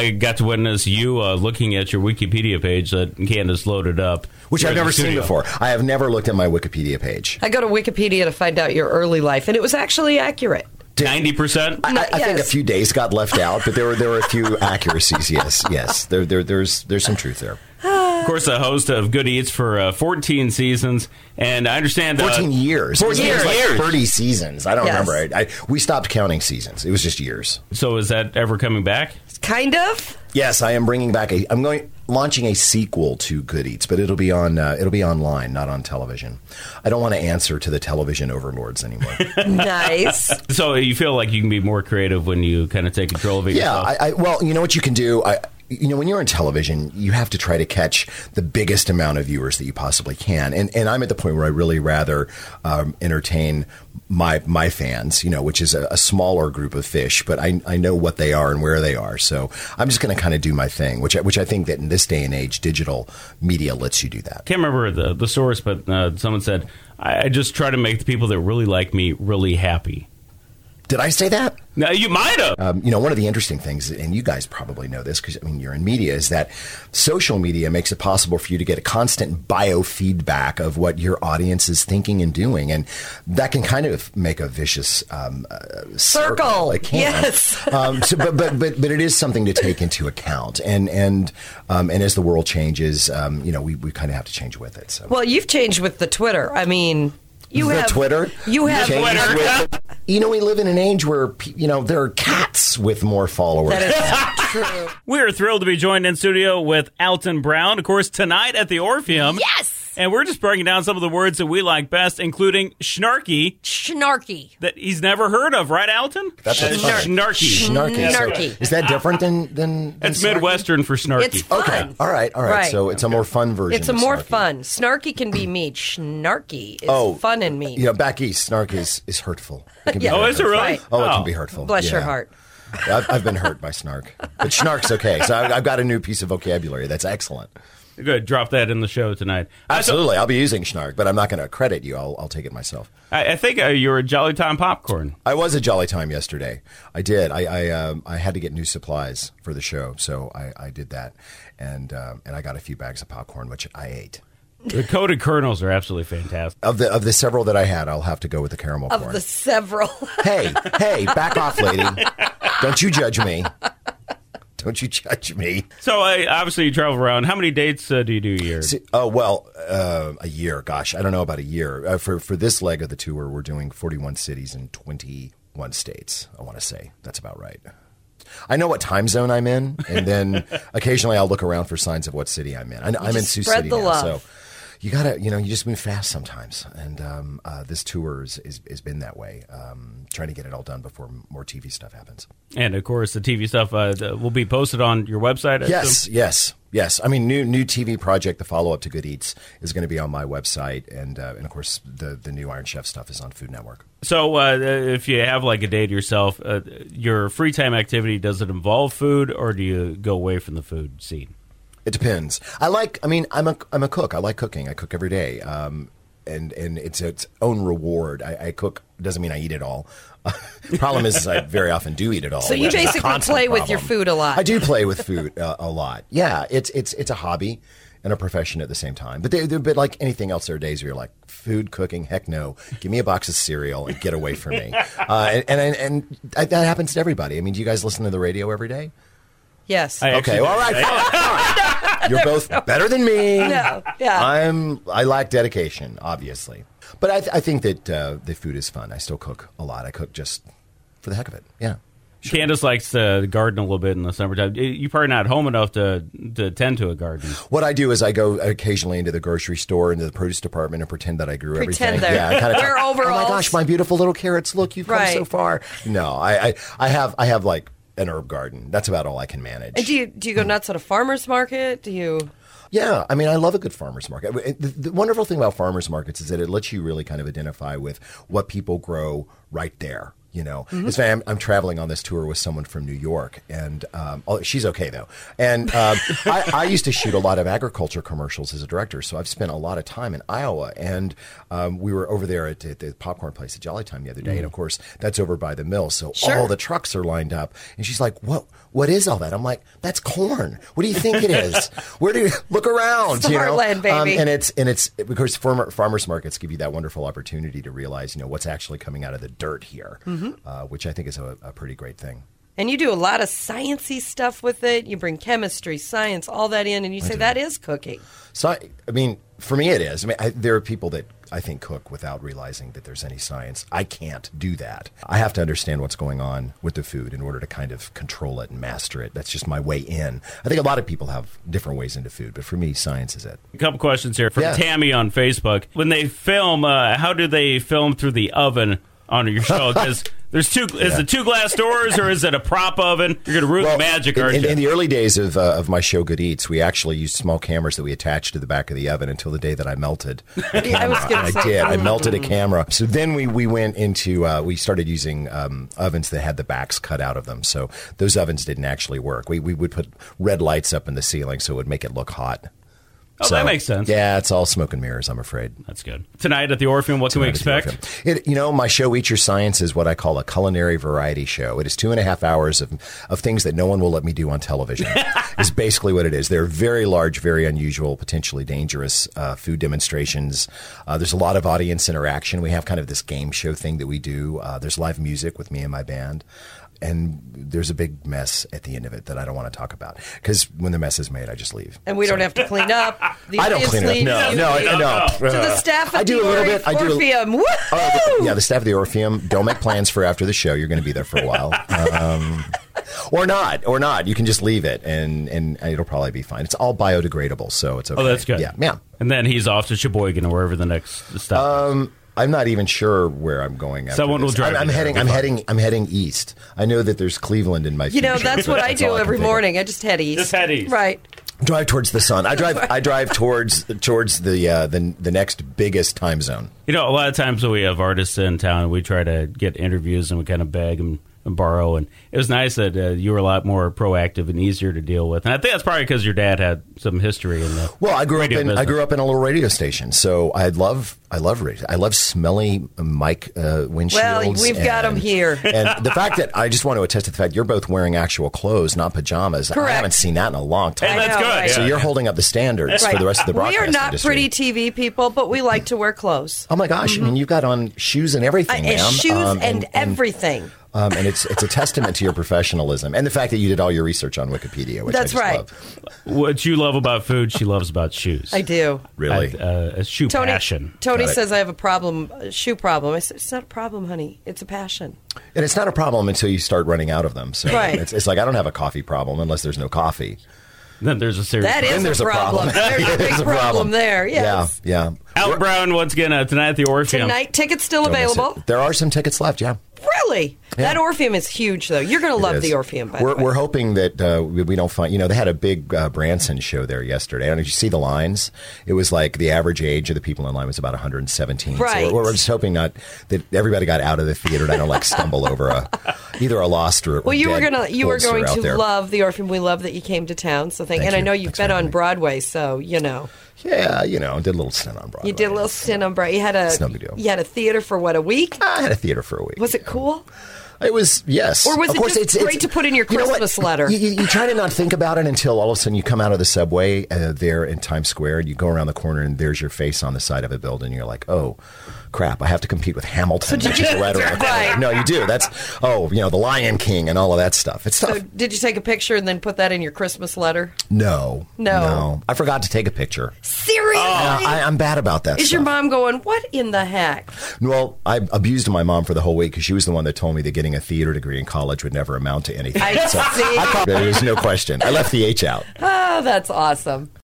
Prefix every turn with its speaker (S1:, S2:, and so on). S1: I got to witness you uh, looking at your Wikipedia page that Candace loaded up,
S2: which
S1: You're
S2: I've
S1: at the
S2: never seen
S1: studio.
S2: before. I have never looked at my Wikipedia page.
S3: I go to Wikipedia to find out your early life, and it was actually accurate.
S1: Ninety percent.
S2: I, I think a
S3: yes.
S2: few days got left out, but there were there were a few accuracies. Yes, yes, there, there there's there's some truth there.
S1: Of course, the host of Good Eats for uh, 14 seasons, and I understand uh,
S2: Fourteen years.
S1: 14
S2: It was like
S1: years.
S2: Thirty seasons. I don't
S3: Yes.
S2: remember. I, I, we stopped counting seasons. It was just years.
S1: So is that ever coming back?
S3: Kind of.
S2: Yes, I am bringing back a. I'm going launching a sequel to Good Eats, but it'll be on uh, it'll be online, not on television. I don't want to answer to the television overlords anymore.
S3: Nice.
S1: So you feel like you can be more creative when you kind of take control of it
S2: yeah,
S1: yourself.
S2: I, I, well, you know what you can do. I, you know, when you're on television, you have to try to catch the biggest amount of viewers that you possibly can. And and I'm at the point where I really rather um, entertain my my fans, you know, which is a, a smaller group of fish, but I I know what they are and where they are. So I'm just going to kind of do my thing, which I, which I think that in this day and age, digital media lets you do that.
S1: can't remember the, the source, but uh, someone said, I, I just try to make the people that really like me really happy.
S2: Did I say that?
S1: Now, you might have.
S2: um, you know, one of the interesting things, and you guys probably know this because I mean, you're in media, is that social media makes it possible for you to get a constant biofeedback of what your audience is thinking and doing, and that can kind of make a vicious um, uh,
S3: Circle.
S2: It can.
S3: Yes.
S2: um, so, but, but but but it is something to take into account, and and um, and as the world changes, um, you know, we, we kind of have to change with it. So.
S3: Well, you've changed with the Twitter. I mean, you
S2: the
S3: have
S2: Twitter.
S3: You have
S2: Change
S1: Twitter.
S2: with- you know, we live in an age where pe- you know there are cats with more followers.
S3: That is true.
S1: We are thrilled to be joined in studio with Alton Brown, of course, tonight at the Orpheum.
S4: Yes!
S1: And we're just breaking down some of the words that we like best, including snarky,
S4: Snarky.
S1: that he's never heard of, right, Alton?
S2: That's a
S1: Snarky. Snarky.
S2: Snarky. so
S4: Snarky.
S2: is that different than than? than
S1: That's
S2: snarky?
S1: Midwestern for snarky.
S3: It's fun.
S2: Okay. All right. All right.
S3: Right.
S2: So it's a more fun version.
S3: It's a
S2: of
S3: more
S2: snarky.
S3: fun. Snarky can be mean. Snarky is
S2: Oh,
S3: fun and mean.
S2: You know, back east, snark is is hurtful. It can be
S3: Yeah.
S1: Oh,
S2: very
S1: is it
S2: hurtful.
S1: really?
S3: Right.
S2: Oh, it can be hurtful.
S3: Bless your
S2: Yeah.
S3: heart.
S2: I've, I've been hurt by snark, but snark's okay. So I've, I've got a new piece of vocabulary that's excellent.
S1: Good. Drop that in the show tonight. I- so-
S2: Absolutely, I'll be using snark, but I'm not going to credit you. I'll, I'll take it myself.
S1: I, I think uh, you're a Jolly Time popcorn.
S2: I was a jolly time yesterday. I did. I I, um, I had to get new supplies for the show, so I, I did that, and um, and I got a few bags of popcorn, which I ate.
S1: The coated kernels are absolutely fantastic.
S2: Of the of the several that I had, I'll have to go with the caramel
S3: Of
S2: corn.
S3: the several.
S2: hey, hey, back off, lady! Don't you judge me? Don't you judge me?
S1: So I, obviously you travel around. How many dates uh, do you do a year?
S2: See, oh well, uh, a year. Gosh, I don't know about a year. Uh, for for this leg of the tour, we're doing forty one cities in twenty one states. I want to say that's about right. I know what time zone I'm in, and then occasionally I'll look around for signs of what city I'm in. I, I'm in
S3: just
S2: Sioux
S3: spread
S2: City
S3: the
S2: now,
S3: love.
S2: so you gotta, you know, you just move fast sometimes. And um, uh, this tour is, is has been that way. Um, trying to get it all done before more TV stuff happens.
S1: And of course, the TV stuff uh, th- will be posted on your website. I
S2: Yes,
S1: assume?
S2: yes, yes. I mean, new new TV project, the follow up to Good Eats, is going to be on my website, and uh, and of course the the new Iron Chef stuff is on Food Network.
S1: So uh, if you have like a day to yourself, uh, your free time activity does it involve food, or do you go away from the food scene?
S2: It depends. I like. I mean, I'm a I'm a cook. I like cooking. I cook every day. Um, and and it's its own reward. I, I cook doesn't mean I eat it all. problem is, is I very often do eat it all.
S3: So you
S2: which is a
S3: basically
S2: constant
S3: play with your
S2: problem.
S3: food a lot.
S2: I do play with food uh, a lot. Yeah, it's it's it's a hobby and a profession at the same time. But they, they're but like anything else, there are days where you're like food cooking. Heck no, give me a box of cereal and get away from me. Uh, and and, and, I, that happens to everybody. I mean, do you guys listen to the radio every day?
S3: Yes.
S1: I-
S2: Okay, well, all right. fine, fine. You're both better than me.
S3: No, yeah.
S2: I'm. I lack dedication, obviously, but I, th- I think that uh, the food is fun. I still cook a lot. I cook just for the heck of it. Yeah.
S1: Candace likes to garden a little bit in the summertime. Y- You're probably not home enough to to tend to a garden.
S2: What I do is I go occasionally into the grocery store, into the produce department, and pretend that I grew
S3: Pretend
S2: everything.
S3: they're-
S2: Yeah, I kinda
S3: wear
S2: Oh my
S3: overalls.
S2: gosh, my beautiful little carrots! Look, you've come so
S3: Right.
S2: far. No, I, I, I have, I have like an herb garden. That's about all I can manage.
S3: And do you do you go nuts at a farmer's market? Do you?
S2: Yeah, I mean, I love a good farmers market. It- The, the wonderful thing about farmers markets is that it lets you really kind of identify with what people grow right there. You know, It's funny, I'm, I'm traveling on this tour with someone from New York, and um, oh, she's okay though. And um, I, I used to shoot a lot of agriculture commercials as a director, so I've spent a lot of time in Iowa. And um, we were over there at, at the popcorn place at Jolly Time the other day, and of course, that's over by the mill, so all the trucks are lined up. And she's like, "What? what is all that? I'm like, that's corn. What do you think it is? Where do you look around?
S3: It's the
S2: you know, Um,
S3: heartland, baby.
S2: and it's and it's because farmer, farmers markets give you that wonderful opportunity to realize you know what's actually coming out of the dirt here, uh, which I think is a, a pretty great thing.
S3: And you do a lot of sciency stuff with it. You bring chemistry, science, all that in, and you say that is cooking.
S2: So, I I mean, for me, it is. I mean, I, there are people that I think cook without realizing that there's any science. I can't do that. I have to understand what's going on with the food in order to kind of control it and master it. That's just my way in. I think a lot of people have different ways into food, but for me, science is it.
S1: A couple questions here from
S2: Yeah.
S1: Tammy on Facebook. When they film, uh, how do they film through the oven on your show? Because there's two. Is it two glass doors or is it a prop oven? You're gonna ruin the magic,
S2: in,
S1: aren't
S2: in,
S1: you?
S2: in the early days of, uh, of my show, Good Eats, we actually used small cameras that we attached to the back of the oven until the day that I melted. a
S3: I was
S2: camera.
S3: gonna say-
S2: did. I melted a camera. So then we, we went into, uh, we started using um, ovens that had the backs cut out of them. So those ovens didn't actually work. We, we would put red lights up in the ceiling so it would make it look hot.
S1: oh, that makes sense.
S2: Yeah, it's all smoke and mirrors, I'm afraid.
S1: That's good. Tonight at the Orpheum, what can we expect?
S2: It, you know, my show, Eat Your Science, is what I call a culinary variety show. It is two and a half hours of, of things that no one will let me do on television, is basically what it is. They're very large, very unusual, potentially dangerous uh, food demonstrations. Uh, there's a lot of audience interaction. We have kind of this game show thing that we do. Uh, there's live music with me and my band. And there's a big mess at the end of it that I don't want to talk about because when the mess is made, I just leave.
S3: And we don't
S2: So-
S3: have to clean up. The
S2: I don't
S3: audience
S2: clean it up.
S3: leaves,
S2: No,
S3: you
S2: no,
S3: leave.
S2: no,
S3: To the staff at
S2: I do
S3: the
S2: a little
S3: Ori-
S2: bit. I do a-
S3: Orpheum. Woo!
S2: Oh, the- yeah, the staff of the Orpheum. Don't make plans for after the show. You're going to be there for a while. Um, or not, or not. You can just leave it, and and it'll probably be fine. It's all biodegradable, so it's okay.
S1: Oh, that's good.
S2: Yeah, yeah. Uh,
S1: And then he's off to Sheboygan or wherever the next stop. is.
S2: Um, I'm not even sure where I'm going. After
S1: Someone will
S2: this.
S1: drive
S2: I'm,
S1: you
S2: I'm
S1: there.
S2: heading.
S1: It'll
S2: I'm
S1: be fine.
S2: heading. I'm heading east. I know that there's Cleveland in my.
S3: You know,
S2: future,
S3: that's
S2: but
S3: what I
S2: all
S3: do
S2: can
S3: every
S2: think of.
S3: morning. I just head east.
S1: Just head east.
S3: Right.
S2: Drive towards the sun. I drive. I drive towards towards the uh, the the next biggest time zone.
S1: You know, a lot of times when we have artists in town, we try to get interviews and we kind of beg and, and borrow. And it was nice that uh, you were a lot more proactive and easier to deal with. And I think that's probably because your dad had some history in the.
S2: Well, I grew up in
S1: radio
S2: I
S1: business.
S2: grew up in a little radio station, so I love I love radio. I love smelly mic uh, windshields.
S3: Well, we've got 'em here.
S2: and the fact that I just want to attest to the fact you're both wearing actual clothes, not pajamas. I
S3: Correct.
S2: haven't seen that in a long time.
S1: And
S3: I
S1: that's
S3: know,
S1: good.
S3: right.
S2: so
S1: yeah.
S2: you're holding up the standards
S3: Right.
S2: for the rest of the
S3: we
S2: broadcast
S3: are not
S2: industry.
S3: pretty TV people, but we like to wear clothes.
S2: Oh my gosh! I mean, you've got on shoes and everything,
S3: I- and
S2: ma'am.
S3: Uh, shoes
S2: Um,
S3: and, everything.
S2: um, and it's it's a testament to your professionalism and the fact that you did all your research on Wikipedia, which I
S3: That's
S2: just
S3: right.
S2: love.
S1: What you love about food, she loves about shoes.
S3: I do.
S2: Really,
S1: I- uh, a shoe
S3: Tony,
S1: passion.
S3: Tony
S2: Got it.
S3: says I have a problem, a shoe problem. I said, it's not a problem, honey. It's a passion.
S2: And it's not a problem until you start running out of them. So
S3: Right.
S2: it's, it's like I don't have a coffee problem unless there's no coffee.
S1: Then there's a series.
S3: That is
S2: Then there's
S3: a
S2: a
S3: problem.
S2: problem.
S3: There's a big
S2: There's a
S3: problem.
S2: problem.
S3: there. Yes.
S2: Yeah, yeah.
S1: Al Brown once again uh, tonight at the Orpheum.
S3: Tonight, tickets still
S2: Don't miss
S3: available.
S2: it. There are some tickets left. Yeah.
S3: Really? That Orpheum is huge, though. You're going to
S2: It
S3: love
S2: is.
S3: the Orpheum, by
S2: we're,
S3: the way.
S2: we're hoping that uh, we we don't find. You know, they had a big uh, Branson show there yesterday. And did you see the lines? It was like the average age of the people in line was about 117. So
S3: Right.
S2: we're- we're, just hoping not that everybody got out of the theater and I don't like stumble over a either a lost or
S3: well, you were
S2: dead
S3: gonna, you were
S2: bolster
S3: going
S2: out
S3: to
S2: there.
S3: love the Orpheum. We love that you came to town. So thank,
S2: Thank
S3: and I
S2: you.
S3: know you've
S2: Thanks for
S3: been
S2: having
S3: on
S2: me.
S3: Broadway, so you know
S2: Yeah, you know, did a little stint on Broadway.
S3: you did a little stint on Broadway. You had a,
S2: It's no big deal.
S3: you had a theater for what a week.
S2: I had a theater for a week.
S3: Was it cool?
S2: It was yes,
S3: Or was
S2: of
S3: it
S2: course,
S3: just
S2: it's, it's-
S3: great to put in your
S2: you know what?
S3: Christmas letter?
S2: You, you- you try to not think about it until all of a sudden you come out of the subway uh, there in Times Square and you go around the corner and there's your face on the side of a building. You're like, oh crap, I have to compete with Hamilton, which is right around the corner.
S3: Right.
S2: No, you do. That's oh, you know, the Lion King and all of that stuff. It's tough.
S3: So Uh, did you take a picture and then put that in your Christmas letter?
S2: no,
S3: No.
S2: I forgot to take a picture.
S3: Seriously?
S2: Uh, I, I'm bad about that.
S3: is your
S2: stuff.
S3: mom going, what in the heck?
S2: Well, I abused my mom for the whole week because she was the one that told me that getting a theater degree in college would never amount to anything.
S3: I see.
S2: There's no question. I left the H out.
S3: Oh, that's awesome.